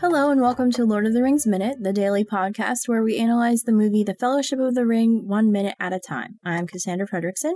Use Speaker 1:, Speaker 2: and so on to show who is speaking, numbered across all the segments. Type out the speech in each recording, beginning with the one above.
Speaker 1: Hello, and welcome to Lord of the Rings Minute, the daily podcast where we analyze the movie The Fellowship of the Ring one minute at a time. I'm Cassandra Fredrickson,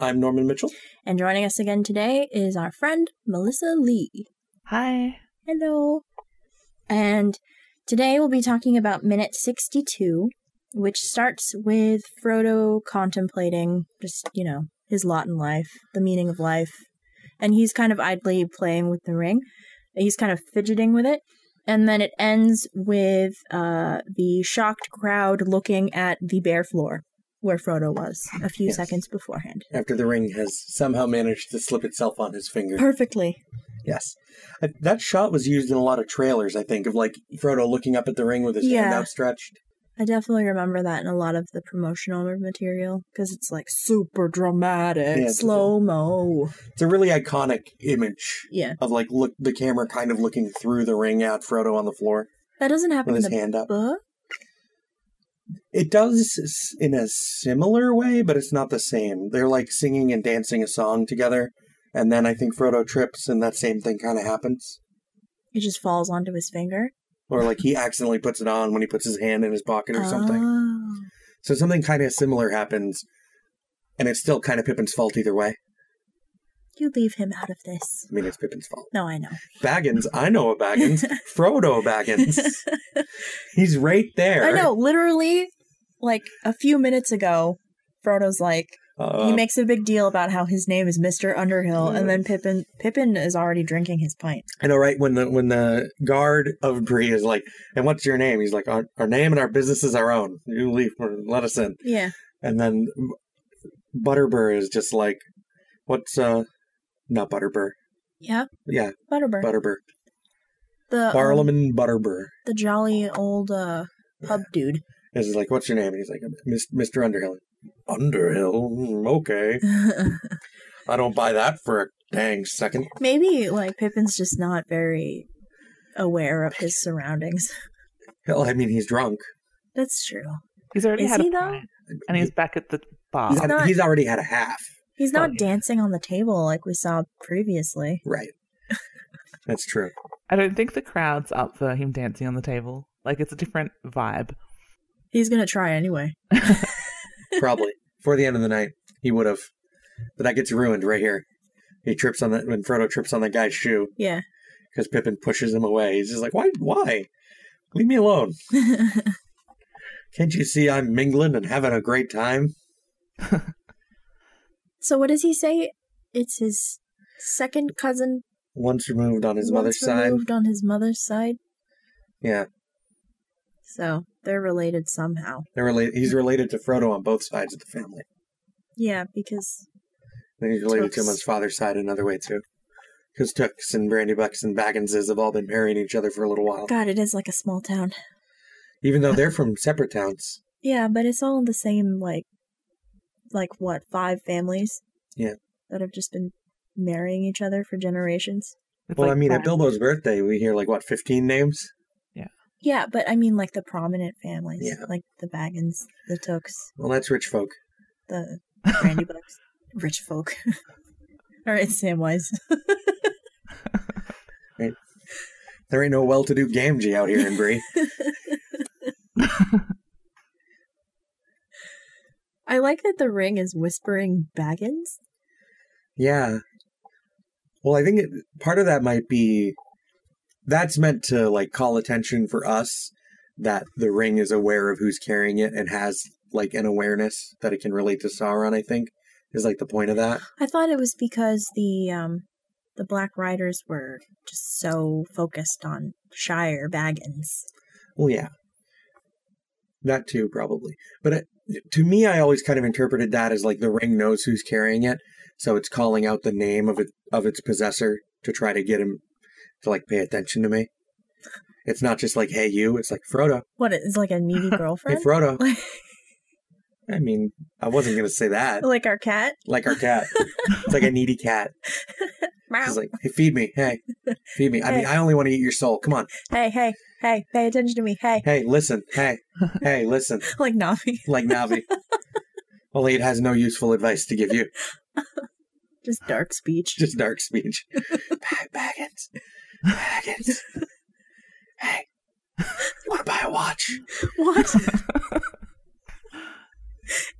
Speaker 2: I'm Norman Mitchell.
Speaker 1: and joining us again today is our friend Melissa Lee.
Speaker 3: Hi.
Speaker 1: Hello. And today we'll be talking about minute 62, which starts with Frodo contemplating just, you know, his lot in life, the meaning of life. And he's kind of idly playing with the ring. He's kind of fidgeting with it. And then it ends with uh, the shocked crowd looking at the bare floor where Frodo was a few
Speaker 2: Yes.
Speaker 1: seconds beforehand.
Speaker 2: After the ring has somehow managed to slip itself on his finger.
Speaker 1: Perfectly.
Speaker 2: Yes. I, that shot was used in a lot of trailers, I think, of like Frodo looking up at the ring with his hand
Speaker 1: Yeah.
Speaker 2: outstretched.
Speaker 1: I definitely remember that in a lot of the promotional material because it's like super dramatic,
Speaker 2: Yeah, it's-
Speaker 1: slow mo.
Speaker 2: It's a really iconic image
Speaker 1: Yeah,
Speaker 2: of like look the camera kind of looking through the ring at Frodo on the floor
Speaker 1: that doesn't happen
Speaker 2: with
Speaker 1: in
Speaker 2: his
Speaker 1: the
Speaker 2: hand up.
Speaker 1: book.
Speaker 2: It does s- in a similar way, but it's not the same. They're like singing and dancing a song together, and then I think Frodo trips and that same thing kind of happens.
Speaker 1: It just falls onto his finger
Speaker 2: Or like he accidentally puts it on when he puts his hand in his pocket or something.
Speaker 1: Oh.
Speaker 2: So something kind of similar happens, and it's still kind of Pippin's fault either way.
Speaker 1: You leave him out of this.
Speaker 2: I mean, it's Pippin's fault.
Speaker 1: No, I know.
Speaker 2: Baggins, I know a Baggins. Frodo Baggins. He's right there.
Speaker 1: I know. Literally, like a few minutes ago, Frodo's like
Speaker 2: Uh,
Speaker 1: he makes a big deal about how his name is Mister Underhill, and then Pippin Pippin is already drinking his pint.
Speaker 2: I know, right? When the when the guard of Bree is like, "And what's your name?" He's like, "Our, our name and our business is our own. You leave, or let us in."
Speaker 1: Yeah,
Speaker 2: And then Butterbur is just like, "What's uh, not Butterbur?
Speaker 1: yeah.
Speaker 2: Yeah,
Speaker 1: Butterbur.
Speaker 2: Butterbur.
Speaker 1: the um,
Speaker 2: Barlaman Butterbur."
Speaker 1: the jolly old uh, pub dude.
Speaker 2: And he's like, "What's your name?" And he's like, "Mis- "Mr. Underhill." Underhill. Hmm, Okay, I don't buy that for a dang second.
Speaker 1: Maybe like Pippin's just not very aware of his surroundings.
Speaker 2: Hell, I mean, he's drunk.
Speaker 1: That's true.
Speaker 3: He's already
Speaker 1: Is
Speaker 3: had
Speaker 1: he,
Speaker 3: a
Speaker 1: though?
Speaker 3: pint, and he's back at the bar.
Speaker 2: He's, had-
Speaker 1: not-
Speaker 2: he's already had a half,
Speaker 1: He's not
Speaker 3: Funny.
Speaker 1: dancing on the table like we saw previously.
Speaker 2: right? That's true.
Speaker 3: I don't think the crowd's up for him dancing on the table. Like it's a different vibe.
Speaker 1: He's gonna try anyway.
Speaker 2: Probably before the end of the night, he would have, but that gets ruined right here. He trips on that when Frodo trips on that guy's shoe
Speaker 1: Yeah.
Speaker 2: because Pippin pushes him away. He's just like, "Why? Why? Leave me alone! Can't you see I'm mingling and having a great time?"
Speaker 1: so what does he say? It's his second cousin
Speaker 2: Once removed on his mother's
Speaker 1: once
Speaker 2: side,
Speaker 1: removed on his mother's side.
Speaker 2: yeah.
Speaker 1: So they're related somehow.
Speaker 2: They're related. He's related to Frodo on both sides of the family.
Speaker 1: Yeah, because
Speaker 2: Then he's related to him
Speaker 1: Tooks.
Speaker 2: on his father's side another way too, because Tooks and Brandy Bucks and Bagginses have all been marrying each other for a little while,
Speaker 1: God, it is like a small town.
Speaker 2: even though they're from separate towns.
Speaker 1: Yeah, but it's all the same like like what, five families?
Speaker 2: Yeah.
Speaker 1: That have just been marrying each other for generations.
Speaker 3: It's
Speaker 2: well,
Speaker 3: like
Speaker 2: I mean, at
Speaker 3: fun.
Speaker 2: Bilbo's birthday, we hear like what fifteen names.
Speaker 1: Yeah, but I mean, like the prominent families,
Speaker 2: Yeah.
Speaker 1: like the Baggins, the Tooks,
Speaker 2: Well, that's rich folk.
Speaker 1: the Brandy Bucks, rich folk. All right, Samwise.
Speaker 2: There ain't no well-to-do Gamgee out here in Bree.
Speaker 1: I like that the ring is whispering Baggins.
Speaker 2: yeah. Well, I think it, part of that might be that's meant to like call attention for us that the ring is aware of who's carrying it and has like an awareness that it can relate to Sauron. I think is like the point of that.
Speaker 1: I thought it was because the um the Black Riders were just so focused on Shire Baggins.
Speaker 2: Well, yeah, that too probably. But it, to me, I always kind of interpreted that as like the ring knows who's carrying it, so it's calling out the name of it of its possessor to try to get him to like pay attention to me. It's not just like hey you. It's like Frodo.
Speaker 1: What is like a needy
Speaker 2: Hey
Speaker 1: girlfriend?
Speaker 2: Frodo.
Speaker 1: like,
Speaker 2: I mean, I wasn't gonna say that.
Speaker 1: like our cat.
Speaker 2: Like our cat. It's like a needy cat. It's like, hey, feed me. Hey, feed me. I mean, I only want to eat your soul. Come on.
Speaker 1: hey, hey, hey! Pay attention to me. Hey,
Speaker 2: Hey, listen. Hey, hey, listen.
Speaker 1: like Navi,
Speaker 2: Like Navi. Only it has no useful advice to give you.
Speaker 1: just dark speech.
Speaker 2: Just dark speech. Bag- Baggins. Baggins. that watch.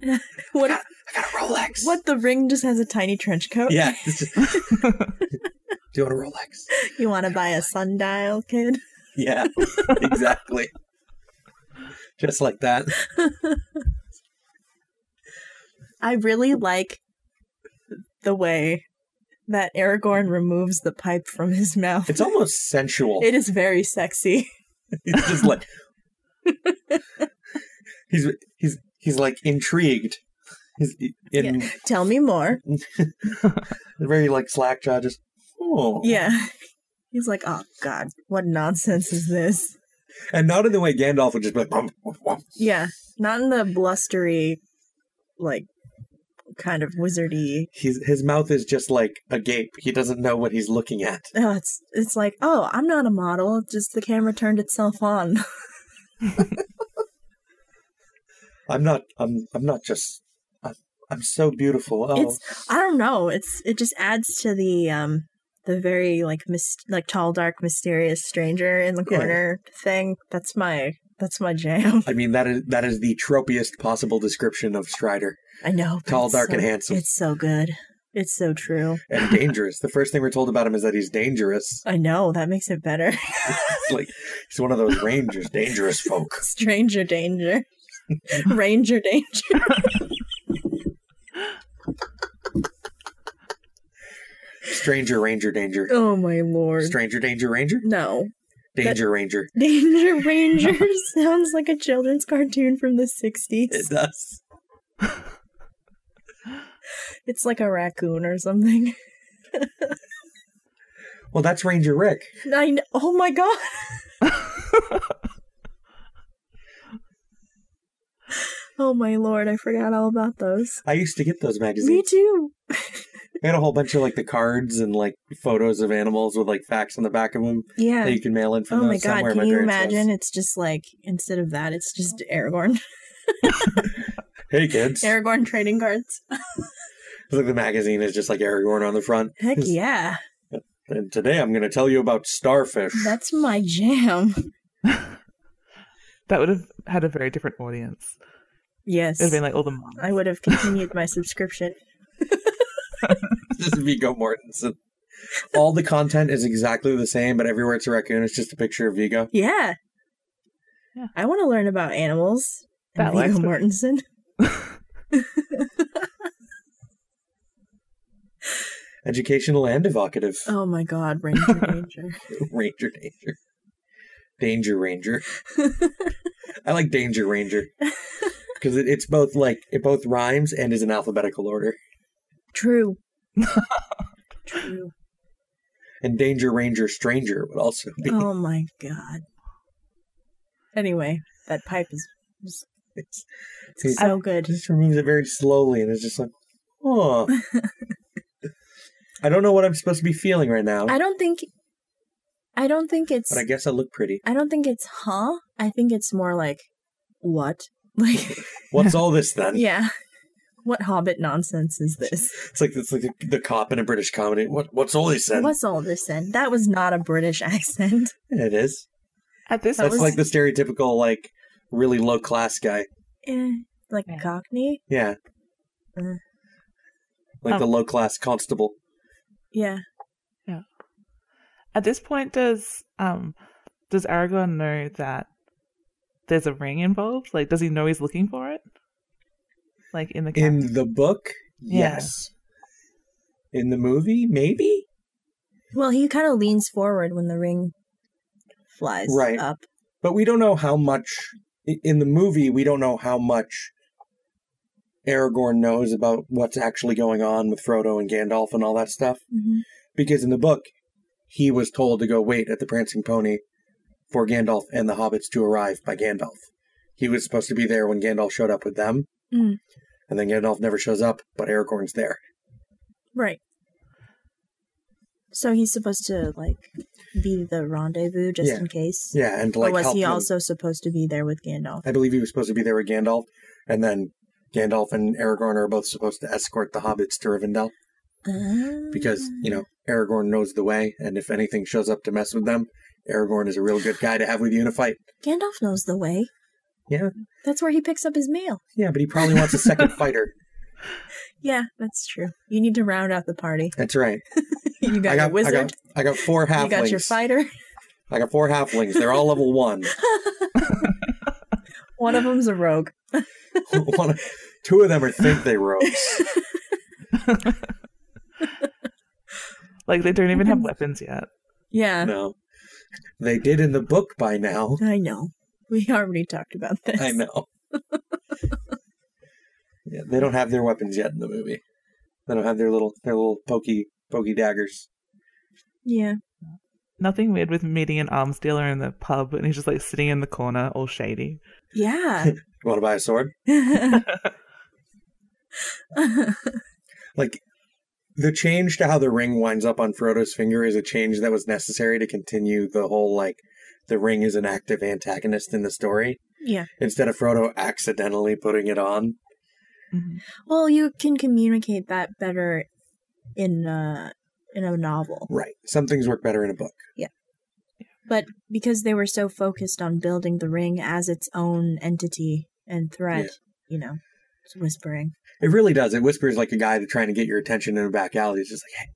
Speaker 1: What? what? If,
Speaker 2: I got a Rolex.
Speaker 1: what? The ring just has a tiny trench coat.
Speaker 2: Yeah. Do you want a Rolex?
Speaker 1: You want to buy a sundial, kid?
Speaker 2: Yeah, exactly. Just like that.
Speaker 1: I really like the way that Aragorn removes the pipe from his mouth.
Speaker 2: It's almost sensual.
Speaker 1: It is very sexy.
Speaker 2: He's just like he's he's he's like intrigued. He's in
Speaker 1: Tell me more.
Speaker 2: very like slack jaw. Just oh
Speaker 1: Yeah. He's like, oh god, what nonsense is this?
Speaker 2: and not in the way Gandalf would just be like "Womp, womp, womp."
Speaker 1: Yeah, not in the blustery, like, kind of wizardy.
Speaker 2: He's, his mouth is just like agape. He doesn't know what he's looking at.
Speaker 1: Oh, it's it's like, oh, I'm not a model. Just the camera turned itself on.
Speaker 2: I'm not. I'm. I'm not just. I'm, I'm so beautiful. Oh,
Speaker 1: It's I don't know. It's it just adds to the um the very like mis- like tall, dark, mysterious stranger in the
Speaker 2: Yeah.
Speaker 1: corner thing. That's my that's my jam.
Speaker 2: I mean that is that is the tropiest possible description of Strider.
Speaker 1: I know. but
Speaker 2: Tall,
Speaker 1: it's
Speaker 2: dark,
Speaker 1: so-
Speaker 2: and handsome,
Speaker 1: It's so good. It's so true.
Speaker 2: and dangerous. The first thing we're told about him is that he's dangerous.
Speaker 1: I know that makes it better.
Speaker 2: It's like he's one of those rangers, dangerous folk.
Speaker 1: Stranger danger. Ranger danger.
Speaker 2: Stranger ranger danger.
Speaker 1: Oh my lord.
Speaker 2: Stranger danger ranger.
Speaker 1: no.
Speaker 2: Danger ranger.
Speaker 1: Danger Ranger sounds like a children's cartoon from the 60s.
Speaker 2: It does.
Speaker 1: It's like a raccoon or something.
Speaker 2: Well, that's Ranger Rick.
Speaker 1: I kn- oh my god. Oh my lord, I forgot all about those.
Speaker 2: I used to get those
Speaker 1: Me
Speaker 2: magazines.
Speaker 1: too.
Speaker 2: I had a whole bunch of like the cards and like photos of animals with like facts on the back of them
Speaker 1: Yeah.
Speaker 2: that you can mail in from
Speaker 1: Oh my
Speaker 2: those
Speaker 1: god,
Speaker 2: somewhere. at
Speaker 1: can you
Speaker 2: parents' house.
Speaker 1: imagine? It's just like instead of that, it's just Aragorn.
Speaker 2: Hey kids!
Speaker 1: Aragorn trading cards.
Speaker 2: It's like the magazine is just like Aragorn on the front.
Speaker 1: Heck yeah.
Speaker 2: And today I'm going to tell you about starfish.
Speaker 1: That's my jam.
Speaker 3: That would have had a very different audience.
Speaker 1: Yes.
Speaker 3: It would have been like all the moms.
Speaker 1: I would have continued my subscription.
Speaker 2: this is Vigo Mortensen. All the content is exactly the same, but everywhere it's a raccoon, it's just a picture of Vigo.
Speaker 1: Yeah.
Speaker 3: Yeah.
Speaker 1: I want to learn about animals. and
Speaker 3: That likes
Speaker 1: Viggo
Speaker 3: it.
Speaker 1: Mortensen.
Speaker 2: Educational and evocative.
Speaker 1: Oh my god, Ranger Ranger.
Speaker 2: Ranger Danger. Danger Ranger. I like Danger Ranger. Because it, it's both like, it both rhymes and is in alphabetical order.
Speaker 1: True. True.
Speaker 2: And Danger Ranger Stranger would also be.
Speaker 1: Oh my god. Anyway, that pipe is
Speaker 2: It's,
Speaker 1: it's so good.
Speaker 2: just removes it very slowly and it's just like, oh. I don't know what I'm supposed to be feeling right now,
Speaker 1: I don't think I don't think it's
Speaker 2: but I guess I look pretty.
Speaker 1: I don't think it's huh? I think it's more like what? Like
Speaker 2: What's all this then?
Speaker 1: yeah. What hobbit nonsense is this?
Speaker 2: It's like it's like the, the cop in a British comedy. What what's all this then?
Speaker 1: What's all this then? That was not a British accent.
Speaker 2: It is.
Speaker 3: At this
Speaker 1: That
Speaker 2: That's
Speaker 1: was-
Speaker 2: like the stereotypical like really low class guy.
Speaker 1: Eh, like a
Speaker 3: Yeah.
Speaker 1: Cockney?
Speaker 2: Yeah.
Speaker 1: Mm.
Speaker 2: Like the
Speaker 3: Oh.
Speaker 2: low class constable.
Speaker 1: Yeah.
Speaker 3: at this point, does um does Aragorn know that there's a ring involved? Like, does he know he's looking for it? Like in the cabin?
Speaker 2: In the book,
Speaker 3: Yeah.
Speaker 2: yes. In the movie, maybe?
Speaker 1: Well, he kind of leans forward when the ring flies
Speaker 2: Right.
Speaker 1: up.
Speaker 2: But we don't know how much i- in the movie we don't know how much Aragorn knows about what's actually going on with Frodo and Gandalf and all that stuff.
Speaker 1: Mm-hmm.
Speaker 2: because in the book he was told to go wait at the prancing pony for gandalf and the hobbits to arrive by gandalf he was supposed to be there when gandalf showed up with them
Speaker 1: Mm.
Speaker 2: and then gandalf never shows up but aragorn's there
Speaker 1: Right. So he's supposed to like be the rendezvous just
Speaker 2: Yeah.
Speaker 1: in case.
Speaker 2: yeah and to,
Speaker 1: or
Speaker 2: like
Speaker 1: was
Speaker 2: help
Speaker 1: he
Speaker 2: him.
Speaker 1: also supposed to be there with Gandalf?
Speaker 2: i believe he was supposed to be there with gandalf and then gandalf and aragorn are both supposed to escort the hobbits to rivendell
Speaker 1: Um, Mm-hmm.
Speaker 2: because you know aragorn knows the way and if anything shows up to mess with them Aragorn is a real good guy to have with you in a fight.
Speaker 1: Gandalf knows the way.
Speaker 2: Yeah.
Speaker 1: That's where he picks up his mail.
Speaker 2: Yeah, but he probably wants a second fighter.
Speaker 1: Yeah, that's true. You need to round out the party.
Speaker 2: That's right.
Speaker 1: You got,
Speaker 2: I got
Speaker 1: your wizard.
Speaker 2: I got I got four halflings.
Speaker 1: you got your fighter.
Speaker 2: I got four halflings. They're all level one.
Speaker 1: One of them's a rogue.
Speaker 2: one of- two of them are think they rogues.
Speaker 3: Like they don't even have weapons yet.
Speaker 1: Yeah,
Speaker 2: No. They did in the book by now.
Speaker 1: I know. We already talked about this.
Speaker 2: I know. yeah, they don't have their weapons yet in the movie. They don't have their little their little pokey pokey daggers.
Speaker 1: Yeah.
Speaker 3: Nothing weird with meeting an arms dealer in the pub and he's just like sitting in the corner all shady.
Speaker 1: Yeah.
Speaker 2: You want to buy a sword? Like the change to how the ring winds up on Frodo's finger is a change that was necessary to continue the whole like the ring is an active antagonist in the story
Speaker 1: yeah.
Speaker 2: instead of Frodo accidentally putting it on.
Speaker 3: Mhm.
Speaker 1: Well, you can communicate that better in uh in a novel.
Speaker 2: Right. Some things work better in a book.
Speaker 1: But because they were so focused on building the ring as its own entity and threat, you know, it's whispering.
Speaker 2: It really does. It whispers like a guy that's trying to get your attention in a back alley. It's just like, hey,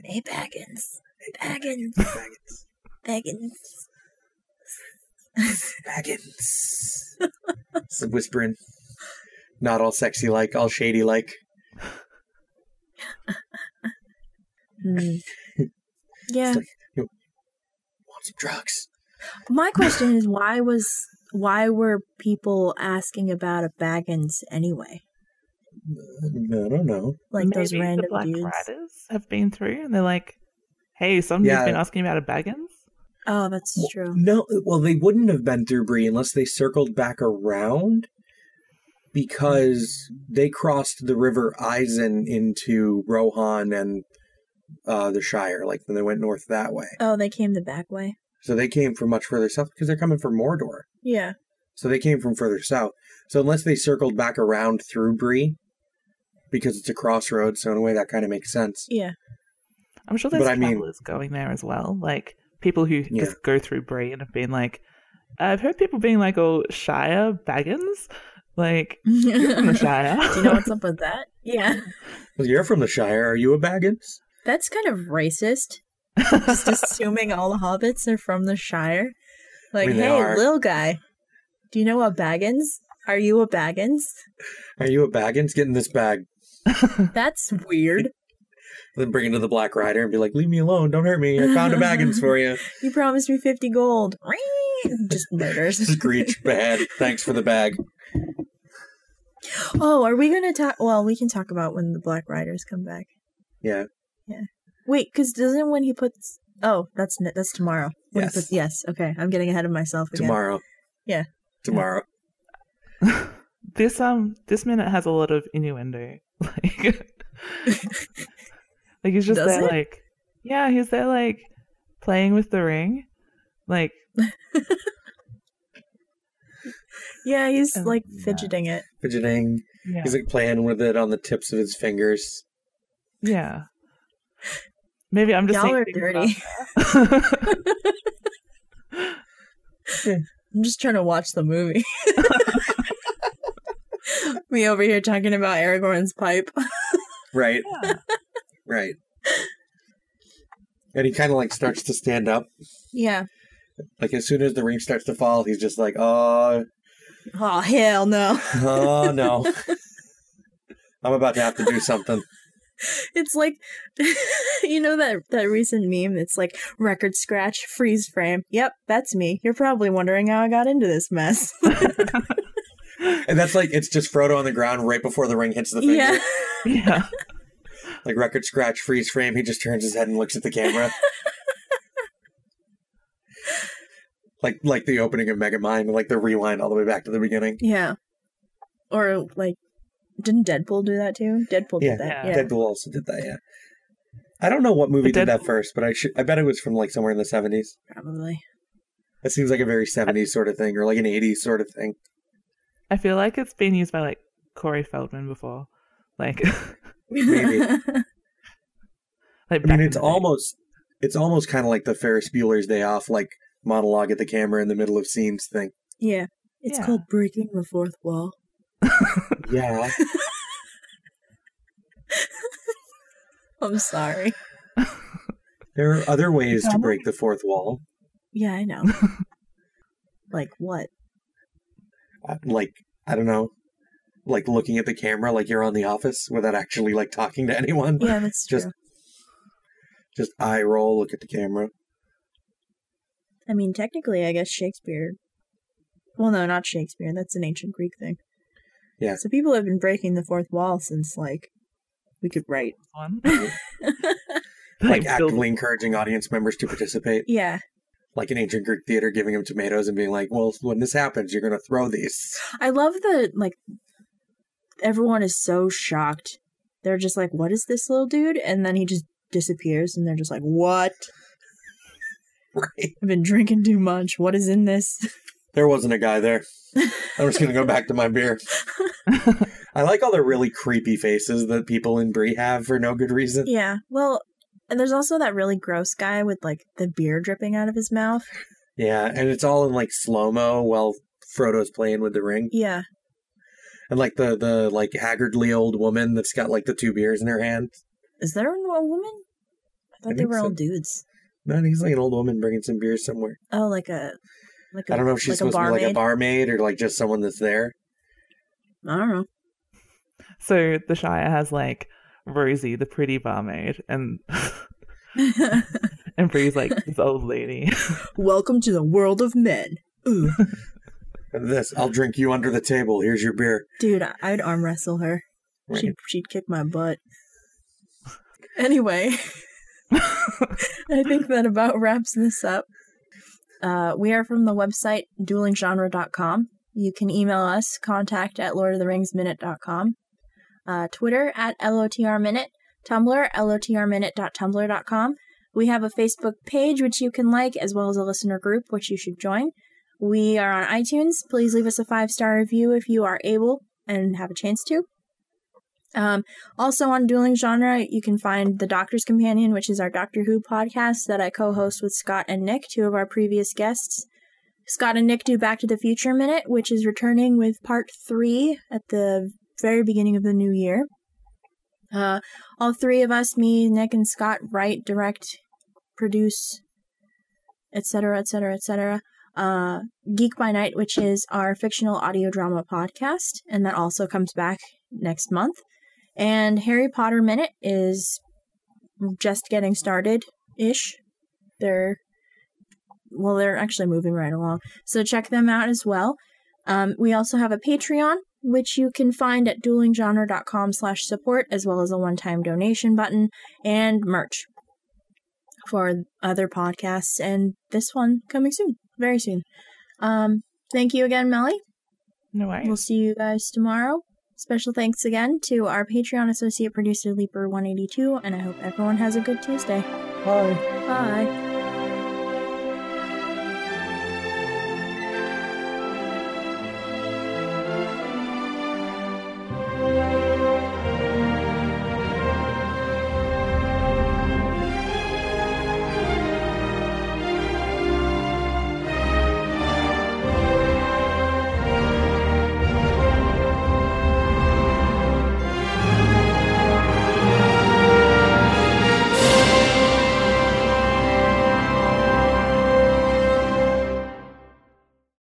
Speaker 2: hey kid,
Speaker 1: Hey Baggins. Baggins.
Speaker 2: Baggins.
Speaker 1: Baggins.
Speaker 2: Baggins. Some whispering. Not all sexy like, all shady like.
Speaker 1: Hmm. Yeah.
Speaker 2: Want some drugs?
Speaker 1: My question is why was why were people asking about a Baggins anyway?
Speaker 2: Mm, I don't know.
Speaker 1: Like those
Speaker 3: Maybe
Speaker 1: random
Speaker 3: the Black
Speaker 1: dudes.
Speaker 3: Riders have been through and they're like, Hey, somebody's
Speaker 2: Yeah.
Speaker 3: been asking about a Baggins?
Speaker 1: Oh, that's true.
Speaker 2: No, well, they wouldn't have been through Bree unless they circled back around because they crossed the River Eisen into Rohan and uh, the Shire, like when they went north that way.
Speaker 1: Oh, they came the back way.
Speaker 2: So they came from much further south because they're coming from Mordor.
Speaker 1: Yeah.
Speaker 2: So they came from further south. So unless they circled back around through Bree, because it's a crossroads, so in a way that kind of makes sense.
Speaker 1: Yeah.
Speaker 3: I'm sure
Speaker 2: But
Speaker 3: there's
Speaker 2: I mean-
Speaker 3: travelers going there as well. Like people who
Speaker 2: Yeah.
Speaker 3: just go through Brie and have been like, I've heard people being like, "Oh, Shire Baggins," like "You're from the
Speaker 1: Do
Speaker 3: Shire.
Speaker 1: you know what's up with that? Yeah.
Speaker 2: Well, you're from the Shire. Are you a Baggins?
Speaker 1: That's kind of racist. Just assuming all hobbits are from the Shire. Like,
Speaker 2: mean, they
Speaker 1: hey,
Speaker 2: are.
Speaker 1: little guy, do you know a Baggins? Are you a Baggins?
Speaker 2: Are you a Baggins? Get in this bag.
Speaker 1: That's weird.
Speaker 2: Then bring it to the Black Rider and be like, leave me alone. Don't hurt me. I found a Baggins for you.
Speaker 1: You promised me 50 gold. Ring! Just murders.
Speaker 2: Screech bad. Thanks for the bag.
Speaker 1: oh, are we going to talk? Well, we can talk about when the Black Riders come back.
Speaker 2: Yeah.
Speaker 1: Wait, because doesn't when he puts. Oh, that's n- that's tomorrow. When he
Speaker 2: Yes.
Speaker 1: puts- yes. Okay. I'm getting ahead of myself again.
Speaker 2: Tomorrow.
Speaker 1: Yeah.
Speaker 2: Tomorrow.
Speaker 3: this um this minute has a lot of innuendo. Like, like he's just
Speaker 1: Does
Speaker 3: there,
Speaker 1: it?
Speaker 3: like yeah, he's there, like playing with the ring, like
Speaker 1: Yeah, he's
Speaker 3: Oh,
Speaker 1: like
Speaker 3: yeah.
Speaker 1: fidgeting it.
Speaker 2: Fidgeting.
Speaker 3: yeah,
Speaker 2: He's like playing with it on the tips of his fingers.
Speaker 3: yeah. Maybe I'm just
Speaker 1: Y'all
Speaker 3: saying
Speaker 1: are
Speaker 3: things
Speaker 1: dirty.
Speaker 3: about-
Speaker 1: I'm just trying to watch the movie. Me over here talking about Aragorn's pipe.
Speaker 2: Right.
Speaker 3: yeah.
Speaker 2: Right. And he kind of like starts to stand up.
Speaker 1: Yeah.
Speaker 2: Like as soon as the ring starts to fall, he's just like, "Oh,
Speaker 1: Oh hell no!
Speaker 2: oh no, I'm about to have to do something."
Speaker 1: It's like you know that that recent meme. It's like record scratch, freeze frame. Yep, that's me. You're probably wondering how I got into this mess.
Speaker 2: And that's like it's just Frodo on the ground right before the ring hits the finger.
Speaker 1: yeah,
Speaker 3: yeah.
Speaker 2: Like record scratch, freeze frame. He just turns his head and looks at the camera. like like the opening of Mega Mind, like the rewind all the way back to the beginning.
Speaker 1: yeah. Or like, didn't Deadpool do that too? Deadpool
Speaker 2: Yeah.
Speaker 1: did that.
Speaker 3: Yeah.
Speaker 1: Yeah.
Speaker 2: Deadpool also did that. Yeah. I don't know what movie
Speaker 3: But
Speaker 2: did that
Speaker 3: Deadpool-
Speaker 2: first, but I should, I bet it was from like somewhere in the seventies.
Speaker 1: probably.
Speaker 2: That seems like a very 70s sort of thing or like an 80s sort of thing.
Speaker 3: I feel like it's been used by like Corey Feldman before, like
Speaker 2: Maybe.
Speaker 3: like
Speaker 2: I
Speaker 3: back
Speaker 2: mean,
Speaker 3: in
Speaker 2: it's
Speaker 3: the day.
Speaker 2: almost it's almost kind of like the Ferris Bueller's Day Off like monologue at the camera in the middle of scenes thing.
Speaker 1: Yeah. It's
Speaker 3: Yeah.
Speaker 1: called breaking the fourth wall.
Speaker 2: Yeah.
Speaker 1: I'm sorry.
Speaker 2: there are other ways to break the fourth wall,
Speaker 1: Yeah, I know. like what?
Speaker 2: Uh, like I don't know, like looking at the camera like you're on The Office without actually like talking to anyone.
Speaker 1: Yeah, that's true.
Speaker 2: Just- Just eye roll, look at the camera.
Speaker 1: I mean, technically, I guess Shakespeare. Well, no, not Shakespeare. That's an ancient Greek thing.
Speaker 2: Yeah.
Speaker 1: So people have been breaking the fourth wall since, like, we could write.
Speaker 3: One.
Speaker 2: Like
Speaker 3: Build-
Speaker 2: actively encouraging audience members to participate,
Speaker 1: Yeah.
Speaker 2: like an ancient Greek theater, giving them tomatoes and being like, "Well, when this happens, you're going to throw these."
Speaker 1: I love the, like, everyone is so shocked. They're just like, what is this little dude? And then he just disappears, and they're just like, what?
Speaker 2: Right?
Speaker 1: I've been drinking too much. What is in this?
Speaker 2: There wasn't a guy there. I'm just going to go back to my beer. I like all the really creepy faces that people in Brie have for no good reason.
Speaker 1: yeah. Well, and there's also that really gross guy with, like, the beer dripping out of his mouth.
Speaker 2: Yeah, and it's all in like slow mo while Frodo's playing with the ring,
Speaker 1: Yeah.
Speaker 2: and like the the like haggardly old woman that's got like the two beers in her hand.
Speaker 1: Is there a woman? I thought they
Speaker 2: think
Speaker 1: were all
Speaker 2: so.
Speaker 1: dudes.
Speaker 2: No, he's like an old woman bringing some beers somewhere.
Speaker 1: Oh, like a like a
Speaker 2: I don't know if she's
Speaker 1: like a
Speaker 2: supposed to be like a
Speaker 1: barmaid?
Speaker 2: barmaid or like just someone that's there.
Speaker 1: I don't know.
Speaker 3: so the Shire has like Rosie, the pretty barmaid, and and Bree's like this old lady.
Speaker 1: Welcome to the world of men. Ooh,
Speaker 2: And this, I'll drink you under the table. Here's your beer.
Speaker 1: dude, I- I'd arm wrestle her.
Speaker 2: Right.
Speaker 1: She'd she'd kick my butt. Anyway, I think that about wraps this up. Uh, we are from the website duelinggenre.com. You can email us contact at lordoftheringsminute.com, uh, Twitter at lotrminute, Tumblr lotrminute.tumblr.com. We have a Facebook page which you can like, as well as a listener group which you should join. We are on iTunes. Please leave us a five star review if you are able and have a chance to. Um, also on Dueling Genre, you can find The Doctor's Companion, which is our Doctor Who podcast that I co host with Scott and Nick, two of our previous guests. Scott and Nick do Back to the Future Minute, which is returning with part three at the very beginning of the new year. Uh, all three of us, me, Nick, and Scott, write, direct, produce, etc., etc., etc. Uh, Geek by Night, which is our fictional audio drama podcast, and that also comes back next month. And Harry Potter Minute is just getting started ish. They're well, they're actually moving right along. So check them out as well. Um, we also have a Patreon, which you can find at duelinggenre.com slash support, as well as a one-time donation button and merch for other podcasts and this one coming soon, very soon. Um, thank you again, Melly.
Speaker 3: no way.
Speaker 1: We'll see you guys tomorrow. Special thanks again to our Patreon associate producer, Leaper182, and I hope everyone has a good Tuesday.
Speaker 2: Bye.
Speaker 1: Bye.